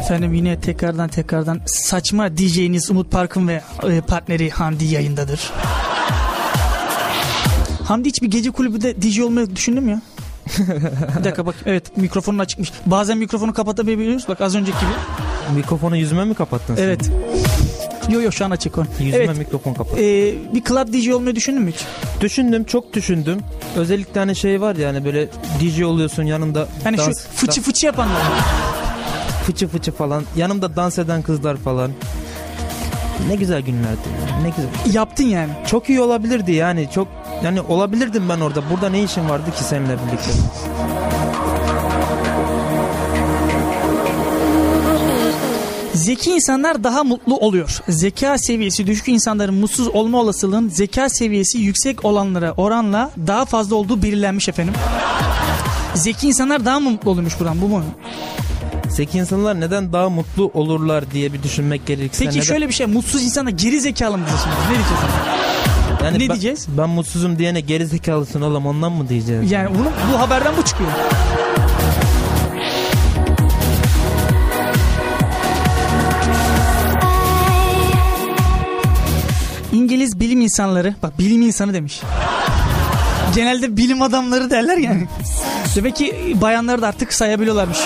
S2: Efendim yine tekrardan tekrardan saçma DJ'niz Umut Parkın ve e, partneri Hamdi yayındadır. Hamdi hiç bir gece kulübünde DJ olmayı düşündün mü ya? [LAUGHS] bir dakika bak evet mikrofonun açıkmış. Bazen mikrofonu kapatamayabiliyoruz bak az önceki gibi.
S3: Mikrofonu yüzüme mi kapattın sen?
S2: Evet. Yo yo şu an açık o.
S3: Yüzüme
S2: Evet.
S3: mikrofon kapat.
S2: e, bir club DJ olmayı düşündün mü hiç?
S3: düşündüm çok düşündüm. Özellikle hani şey var yani böyle DJ oluyorsun yanında
S2: Hani şu
S3: dans,
S2: fıçı fıçı yapanlar.
S3: da- fıçı fıçı falan. Yanımda dans eden kızlar falan. Ne güzel günlerdi. ya, Ne güzel.
S2: Yaptın yani.
S3: Çok iyi olabilirdi yani. Çok yani olabilirdim ben orada. Burada ne işim vardı ki seninle birlikte?
S2: Zeki insanlar daha mutlu oluyor. Zeka seviyesi düşük insanların mutsuz olma olasılığının zeka seviyesi yüksek olanlara oranla daha fazla olduğu belirlenmiş efendim. Zeki insanlar daha mı mutlu oluyormuş Burhan bu mu?
S3: Zeki insanlar neden daha mutlu olurlar diye bir düşünmek gerekirse.
S2: Peki
S3: neden-
S2: şöyle bir şey mutsuz insana geri zekalı mı diyeceğiz şimdi? Ne diyeceğiz?
S3: yani
S2: ne
S3: ben-
S2: diyeceğiz?
S3: Ben mutsuzum diyene geri zekalısın oğlum ondan mı diyeceğiz?
S2: Yani bunu, bu haberden bu çıkıyor. İngiliz bilim insanları, bak bilim insanı demiş. Genelde bilim adamları derler yani. Demek ki bayanları da artık sayabiliyorlarmış.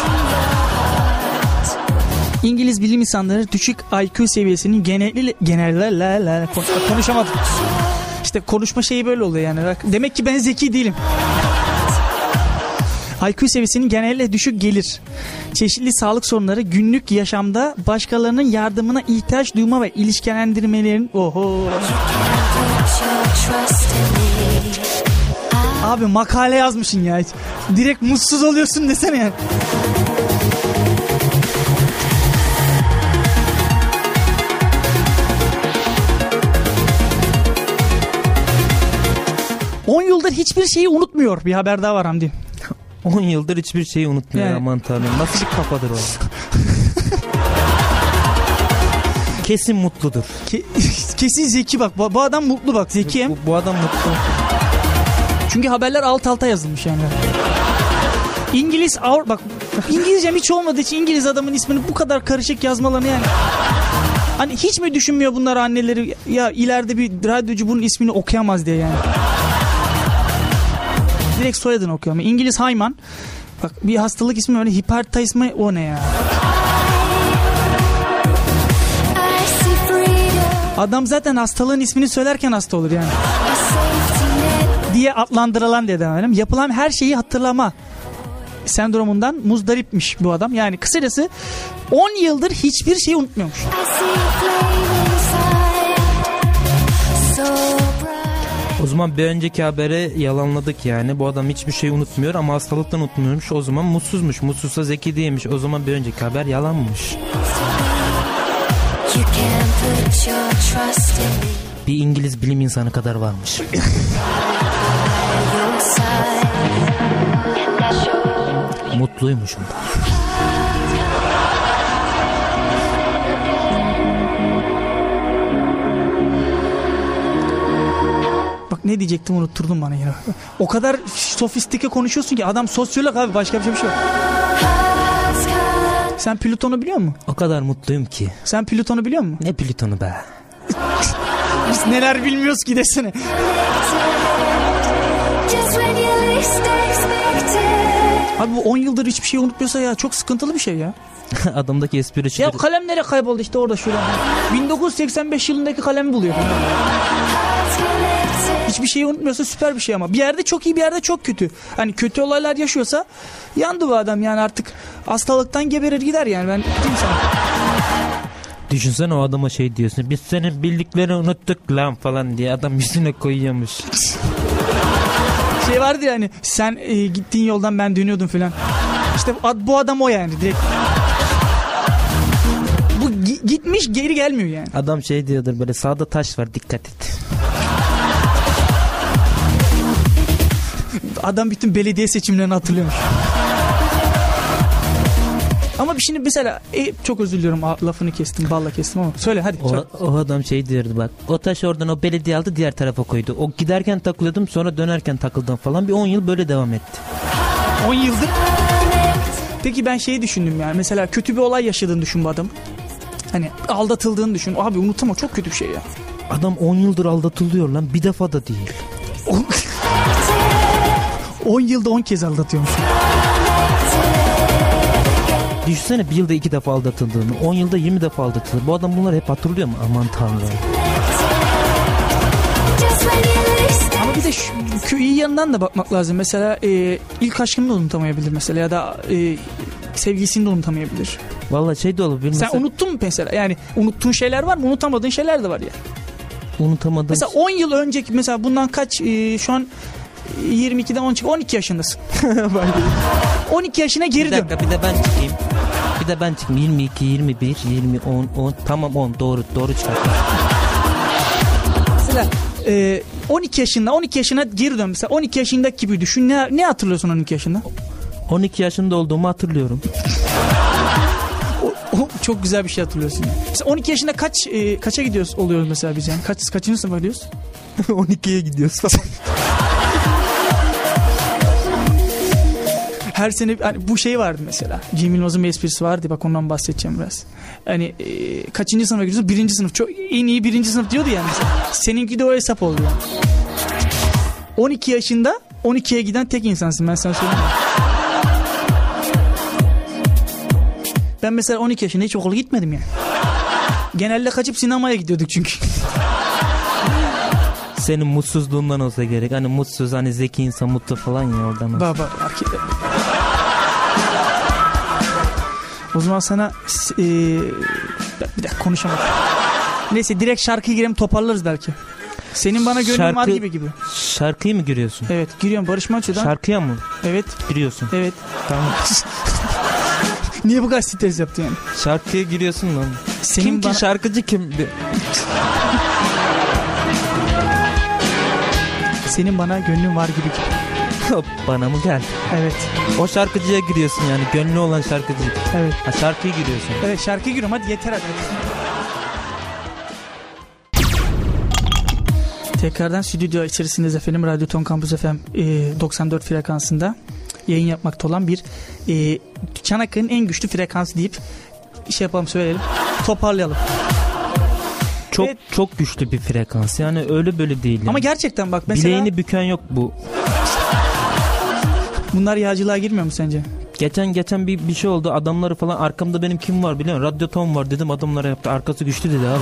S2: İngiliz bilim insanları düşük IQ seviyesinin genelli genellerle konuşamadım. İşte konuşma şeyi böyle oluyor yani. Bak, Demek ki ben zeki değilim. IQ seviyesinin genelde düşük gelir. Çeşitli sağlık sorunları günlük yaşamda başkalarının yardımına ihtiyaç duyma ve ilişkilendirmelerin... Oho. Abi makale yazmışsın ya. Direkt mutsuz oluyorsun desene yani. On yıldır hiçbir şeyi unutmuyor. Bir haber daha var Hamdi.
S3: 10 yıldır hiçbir şeyi unutmuyor
S2: Yani-
S3: aman tanrım. Nasıl bir kafadır o? Kesin mutludur.
S2: Ke- [LAUGHS] Kesin zeki bak. Bu bu adam mutlu bak. Zeki hem.
S3: Bu, bu adam mutlu.
S2: Çünkü haberler alt alta yazılmış yani. İngiliz Avru bak İngilizcem hiç olmadığı için İngiliz adamın ismini bu kadar karışık yazmalarını yani. Hani hiç mi düşünmüyor bunlar anneleri ya ileride bir radyocu bunun ismini okuyamaz diye yani. Direkt soyadını okuyor ama İngiliz Hayman. Bak bir hastalık ismi öyle hipertais mı o ne ya?
S5: I see freedom,
S2: Adam zaten hastalığın ismini söylerken hasta olur yani.
S5: a safety net.
S2: diye adlandırılan diye devam edelim. Yapılan her şeyi hatırlama sendromundan muzdaripmiş bu adam. Yani kısacası 10 yıldır hiçbir şeyi unutmuyormuş.
S5: I see a flame inside, so bright.
S3: O zaman bir önceki haberi yalanladık yani. Bu adam hiçbir şey unutmuyor ama hastalıktan unutmuyormuş. O zaman mutsuzmuş. Mutsuzsa zeki değilmiş. O zaman bir önceki haber yalanmış.
S5: You can put your trust in me.
S3: Bir İngiliz bilim insanı kadar varmış.
S5: Your side,
S3: Mutluymuşum.
S2: Bak ne diyecektim unutturdun bana ya. O kadar sofistike konuşuyorsun ki adam sosyolog abi başka bir şey bir şey yok.
S5: hearts color,
S2: Sen Plüton'u biliyor musun?
S3: O kadar mutluyum ki.
S2: Sen Plüton'u biliyor musun?
S3: Ne Plüton'u be. [LAUGHS]
S2: Biz neler bilmiyoruz ki desene.
S5: just when you least expect it.
S2: Abi bu 10 yıldır hiçbir şey unutmuyorsa ya çok sıkıntılı bir şey ya.
S3: Adamdaki espri
S2: Ya
S3: şöyle.
S2: kalem nereye kayboldu işte orada şurada. 1985 yılındaki kalemi buluyor.
S5: Hearts collected,
S2: Hiçbir şeyi unutmuyorsa süper bir şey ama. Bir yerde çok iyi bir yerde çok kötü. Hani kötü olaylar yaşıyorsa yandı bu adam yani artık hastalıktan geberir gider yani ben diyeyim sana.
S3: Düşünsene o adama şey diyorsun. Biz senin bildiklerini unuttuk lan falan diye adam [LAUGHS] yüzüne koyuyormuş.
S2: Şey vardı yani sen e, gittiğin yoldan ben dönüyordum filan. İşte bu ad- bu adam o yani direkt. Bu gi- gitmiş geri gelmiyor yani.
S3: Adam şey diyordur böyle sağda taş var dikkat et.
S2: Adam bütün belediye seçimlerini hatırlıyormuş. Ama bir şimdi mesela e, çok özür diliyorum a- lafını kestim balla kestim ama söyle hadi.
S3: O,
S2: çabuk.
S3: o adam şey diyordu bak. O taş oradan o belediye aldı diğer tarafa koydu. O giderken takılıyordum sonra dönerken takıldım falan. Bir 10 yıl böyle devam etti.
S2: 10 yıldır. Peki ben şeyi düşündüm yani. Mesela kötü bir olay yaşadığını düşün bu adam. Hani aldatıldığını düşün. Abi unutma çok kötü bir şey ya. [LAUGHS]
S3: Adam 10 yıldır aldatılıyor lan bir defa da değil.
S2: 10 yılda 10 kez aldatıyormuş.
S3: Düşünsene bir yılda 2 defa aldatıldığını, 10 yılda 20 defa aldatıldı. Bu adam bunları hep hatırlıyor mu? Aman tanrım.
S5: just when you least
S2: Ama bir de şu, kö- iyi yanından da bakmak lazım. Mesela e, ilk aşkını da unutamayabilir mesela ya da e, sevgilisini de unutamayabilir.
S3: Valla şey de olabilir.
S2: Sen
S3: Mesela,
S2: unuttun mu mesela? Yani unuttuğun şeyler var mı? Unutamadığın şeyler de var ya.
S3: unutamadım.
S2: Mesela 10 yıl önceki mesela bundan kaç e, şu an e, 22'den 10 çık 12 yaşındasın. 12 yaşına geri
S3: bir
S2: dön.
S3: dakika bir de ben çıkayım. Bir de ben çıktım 22, 21, 20, 10, 10. Tamam 10 doğru doğru çıkarttım.
S2: Mesela e, 12 yaşında 12 yaşına geri dön mesela 12 yaşında gibi düşün ne, ne hatırlıyorsun 12 yaşında?
S3: 12 yaşında olduğumu hatırlıyorum.
S2: O, o- çok güzel bir şey hatırlıyorsun. Mesela 12 yaşında kaç e, kaça gidiyoruz oluyoruz mesela biz yani? Kaç kaçıncı sınıfa gidiyoruz?
S3: [LAUGHS] 12'ye gidiyoruz falan.
S2: [LAUGHS] her sene hani bu şey vardı mesela. Cem Yılmaz'ın bir esprisi vardı. Bak ondan bahsedeceğim biraz. Hani e, kaçıncı sınıfa gidiyorsun? Birinci sınıf. Çok, en iyi birinci sınıf diyordu ya mesela. Seninki de o hesap oldu yani. 12 yaşında 12'ye giden tek insansın ben sana söyleyeyim. Ben mesela 12 yaşında hiç okula gitmedim yani. Genelde kaçıp sinemaya gidiyorduk çünkü. [LAUGHS]
S3: Senin mutsuzluğundan olsa gerek. Hani mutsuz hani zeki insan mutlu falan ya oradan.
S2: Baba erkek- O zaman sana s- e, bir dakika konuşamadım. Neyse direkt şarkıya girelim toparlarız belki. Senin bana gönlün var
S3: Şarkı-
S2: gibi gibi.
S3: Şarkıyı mı görüyorsun?
S2: Evet giriyorum Barış Manço'dan.
S3: Şarkıya mı
S2: Evet
S3: giriyorsun?
S2: evet.
S3: Tamam.
S2: [LAUGHS] Niye bu kadar stres yaptı yani?
S3: Şarkıya giriyorsun lan.
S2: Senin
S3: kim ki
S2: bana-
S3: şarkıcı kim? Bir-
S2: Senin bana gönlün var gibi gibi.
S3: Hop, Bana mı geldi?
S2: Evet
S3: O şarkıcıya giriyorsun yani gönlü olan şarkıcı.
S2: evet.
S3: Ha şarkıya giriyorsun.
S2: Evet şarkı giriyorum hadi yeter hadi. Tekrardan stüdyo içerisindeyiz efendim. Radyo Ton Campus FM e, 94 frekansında yayın yapmakta olan bir e, Çanakkale'nin en güçlü frekansı deyip şey yapalım söyleyelim. Toparlayalım.
S3: Çok
S2: Evet.
S3: çok güçlü bir frekans. Yani öyle böyle değil. yani.
S2: Ama gerçekten bak mesela
S3: Bileğini büken yok bu.
S2: bunlar yağcılığa girmiyor mu sence?
S3: Geçen geçen bir, bir şey oldu. Adamları falan arkamda benim kim var biliyor musun? Radyo Tom var dedim adamlara yaptı. Arkası güçlü dedi abi.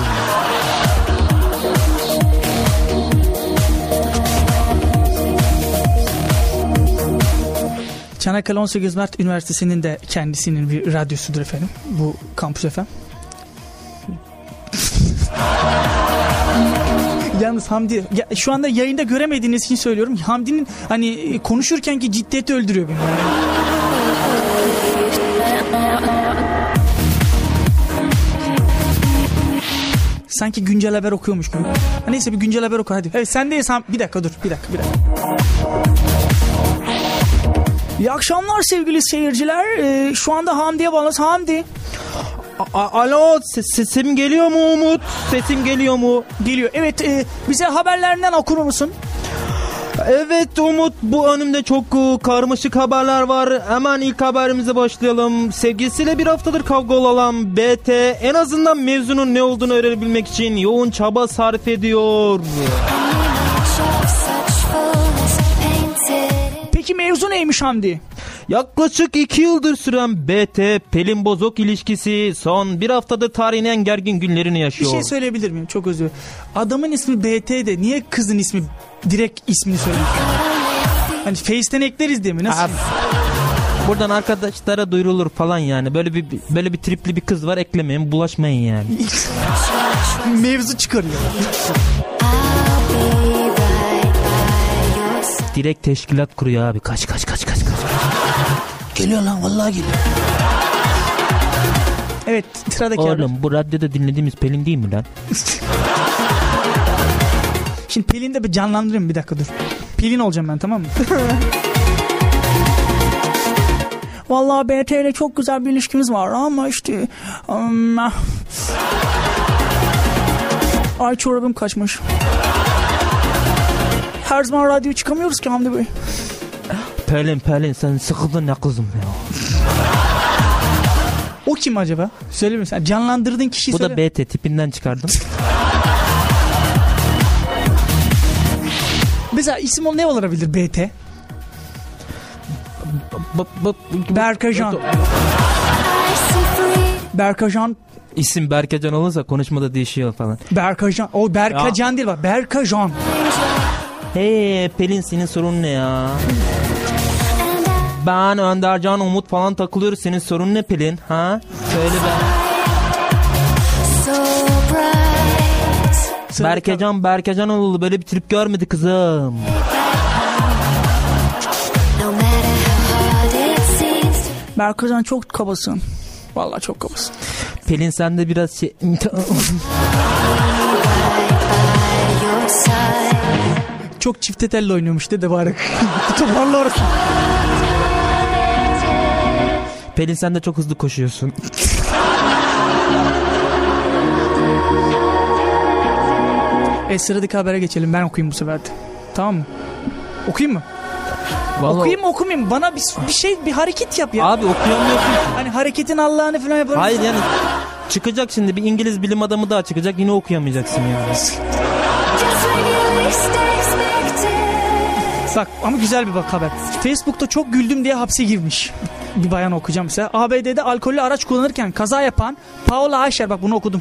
S2: Çanakkale 18 Mart Üniversitesi'nin de kendisinin bir radyosudur efendim. Bu Kampüs FM. Yalnız Hamdi ya şu anda yayında göremediğiniz için söylüyorum. Hamdi'nin hani konuşurken ki ciddiyeti öldürüyor beni. Sanki güncel haber okuyormuş gibi. Ha, Neyse bir güncel haber oku hadi. Evet sendeyiz Ham. Bir dakika dur bir dakika bir dakika. İyi akşamlar sevgili seyirciler. Ee, şu anda Hamdi'ye bağlanız. Hamdi
S3: A- Alo ses- sesim geliyor mu Umut? Sesim geliyor mu?
S2: geliyor. Evet e, bize haberlerinden okur musun?
S3: Evet Umut bu önümde çok e, karmaşık haberler var. Hemen ilk haberimize başlayalım. Sevgilisiyle bir haftadır kavgalı olan BT en azından mevzunun ne olduğunu öğrenebilmek için yoğun çaba sarf ediyor.
S2: Peki mevzu neymiş Hamdi?
S3: Yaklaşık 2 yıldır süren BT Pelin Bozok ilişkisi son bir haftadır tarihin en gergin günlerini
S2: Bir
S3: yaşıyor.
S2: şey söyleyebilir miyim? Çok özür dilerim. Adamın ismi BT de niye kızın ismi direkt ismini söylüyor? Hani Face'ten ekleriz diye mi? Nasıl?
S3: Buradan arkadaşlara duyurulur falan yani. Böyle bir böyle bir tripli bir kız var eklemeyin, bulaşmayın yani.
S2: Mevzu çıkarıyor.
S3: Direkt teşkilat kuruyor abi. Kaç kaç kaç kaç kaç.
S2: Geliyor lan vallahi geliyor. Evet sıradaki haber.
S3: Oğlum bu radyoda dinlediğimiz Pelin değil mi lan?
S2: Şimdi Pelin'i de bir canlandırayım bir dakika dur. Pelin olacağım ben tamam mı? [LAUGHS] Vallahi BT ile çok güzel bir ilişkimiz var ama işte... Um, ah. ay çorabım kaçmış. Her zaman radyo çıkamıyoruz ki Hamdi Bey.
S3: Pelin Pelin sen sıkıldın ya kızım ya.
S2: O kim acaba? Söyle misin? Yani Canlandırdığın kişiyi
S3: Bu
S2: söyle.
S3: da BT tipinden çıkardım.
S2: Mesela isim ol ne olabilir BT?
S3: [LAUGHS] Bak bak
S2: Berkajan. Berkajan.
S3: isim Berkecan olursa konuşmada değişiyor falan.
S2: Berkajan. O Berkacan değil bak. Berkajan.
S3: Hey Pelin senin sorun ne ya? Ben Öndercan Umut falan takılıyoruz. Senin sorun ne Pelin? Ha? Söyle ben.
S2: Sıradaki-
S3: Berkecan Berkecan oldu. Böyle bir trip görmedi kızım.
S2: Berkacan çok kabasın. Vallahi çok kabasın.
S3: Pelin sen de biraz şey... [LAUGHS]
S5: your side.
S2: Çok çifte telle oynuyormuş dedi bari. [LAUGHS] Toparla orası.
S3: Pelin sen de çok hızlı koşuyorsun.
S2: E sıradaki habere geçelim ben okuyayım bu sefer de. Tamam mı? Okuyayım mı?
S3: Vallahi...
S2: Okuyayım mı okumayayım mı? Bana bir, bir şey bir hareket yap ya.
S3: Abi okuyamıyorsun.
S2: Hani hareketin Allah'ını falan yapar
S3: Hayır
S2: mısın?
S3: yani çıkacak şimdi bir İngiliz bilim adamı daha çıkacak yine okuyamayacaksın yani.
S5: Just when you least expected.
S2: Bak ama güzel bir bak haber. Facebook'ta çok güldüm diye hapse girmiş. Bir bayan okuyacağım size. ABD'de alkollü araç kullanırken kaza yapan Paula Ayşer bak bunu okudum.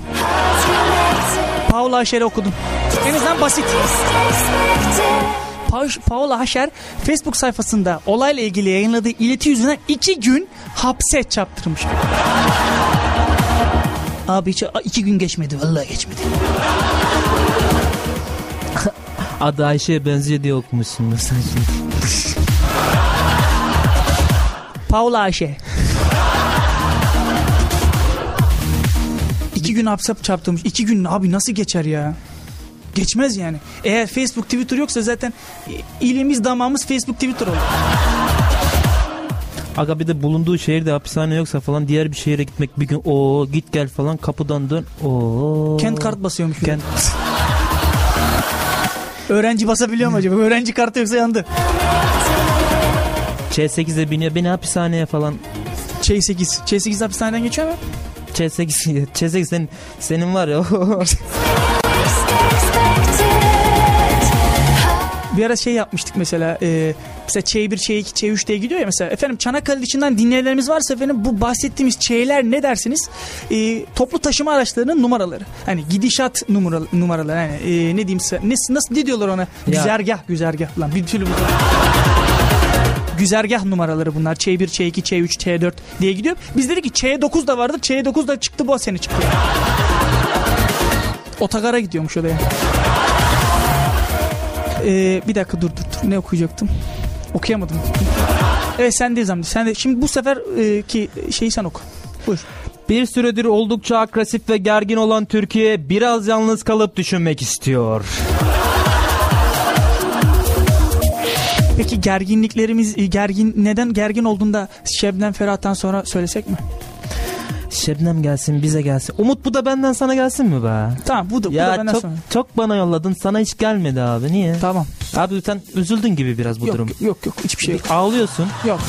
S2: Paula Ayşer'i okudum. En azından basit. Pa- Paola Haşer Facebook sayfasında olayla ilgili yayınladığı ileti yüzünden iki gün hapse çarptırmış. Abi hiç, a- iki gün geçmedi vallahi geçmedi.
S3: Adı Ayşe'ye benziyor diye okumuşsun mesajını.
S2: Paola Ayşe. iki gün hapse çarptırmış. İki gün abi nasıl geçer ya? Geçmez yani. Eğer Facebook Twitter yoksa zaten i- ilimiz damağımız Facebook Twitter olur.
S3: Aga bir de bulunduğu şehirde hapishane yoksa falan diğer bir şehire gitmek bir gün o git gel falan kapıdan dön. Oo.
S2: Kent kart basıyormuş. bir de.
S3: Kent-
S2: Öğrenci basabiliyor mu acaba? Öğrenci kartı yoksa yandı.
S3: Ç8'e biniyor beni hapishaneye falan.
S2: Ç8. Ç8 hapishaneden geçiyor mu?
S3: Ç8 [LAUGHS] Ç8 senin, senin var ya. [LAUGHS]
S2: Bir ara şey yapmıştık mesela. E, mesela Ç1, Ç2, Ç3 diye gidiyor ya mesela. Efendim Çanakkale dışından dinleyenlerimiz varsa efendim bu bahsettiğimiz Ç'ler ne dersiniz? E, toplu taşıma araçlarının numaraları. Hani gidişat numaralı, numaraları. Hani, e, ne diyeyim size? Ne, nasıl, ne diyorlar ona? Güzergah, güzergah. Lan bir türlü bu Güzergah numaraları bunlar. Ç1, Ç2, Ç3, Ç4 diye gidiyor. Biz dedik ki Ç9 da vardı. Ç9 da çıktı bu sene çıktı. Otogara gidiyormuş oraya. Ee, bir dakika dur dur dur. Ne okuyacaktım? Okuyamadım. Evet sen de Zamdi. Sen de. Şimdi bu sefer e, ki şeyi sen oku. Buyur.
S3: Bir süredir oldukça agresif ve gergin olan Türkiye biraz yalnız kalıp düşünmek istiyor.
S2: Peki gerginliklerimiz e, gergin neden gergin olduğunda Şebnem Ferhat'tan sonra söylesek mi?
S3: Şebnem gelsin bize gelsin. Umut bu da benden sana gelsin mi be?
S2: Tamam bu da, bu da
S3: Ya
S2: benden
S3: çok
S2: sonra.
S3: çok bana yolladın sana hiç gelmedi abi niye?
S2: Tamam.
S3: Abi sen üzüldün gibi biraz bu
S2: yok,
S3: durum.
S2: yok yok hiçbir şey yok.
S3: Ağlıyorsun.
S2: Yok.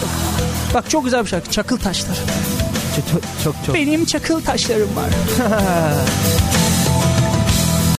S2: Bak çok güzel bir şarkı. Çakıl taşları.
S3: Çok çok çok.
S2: Benim çakıl taşlarım var.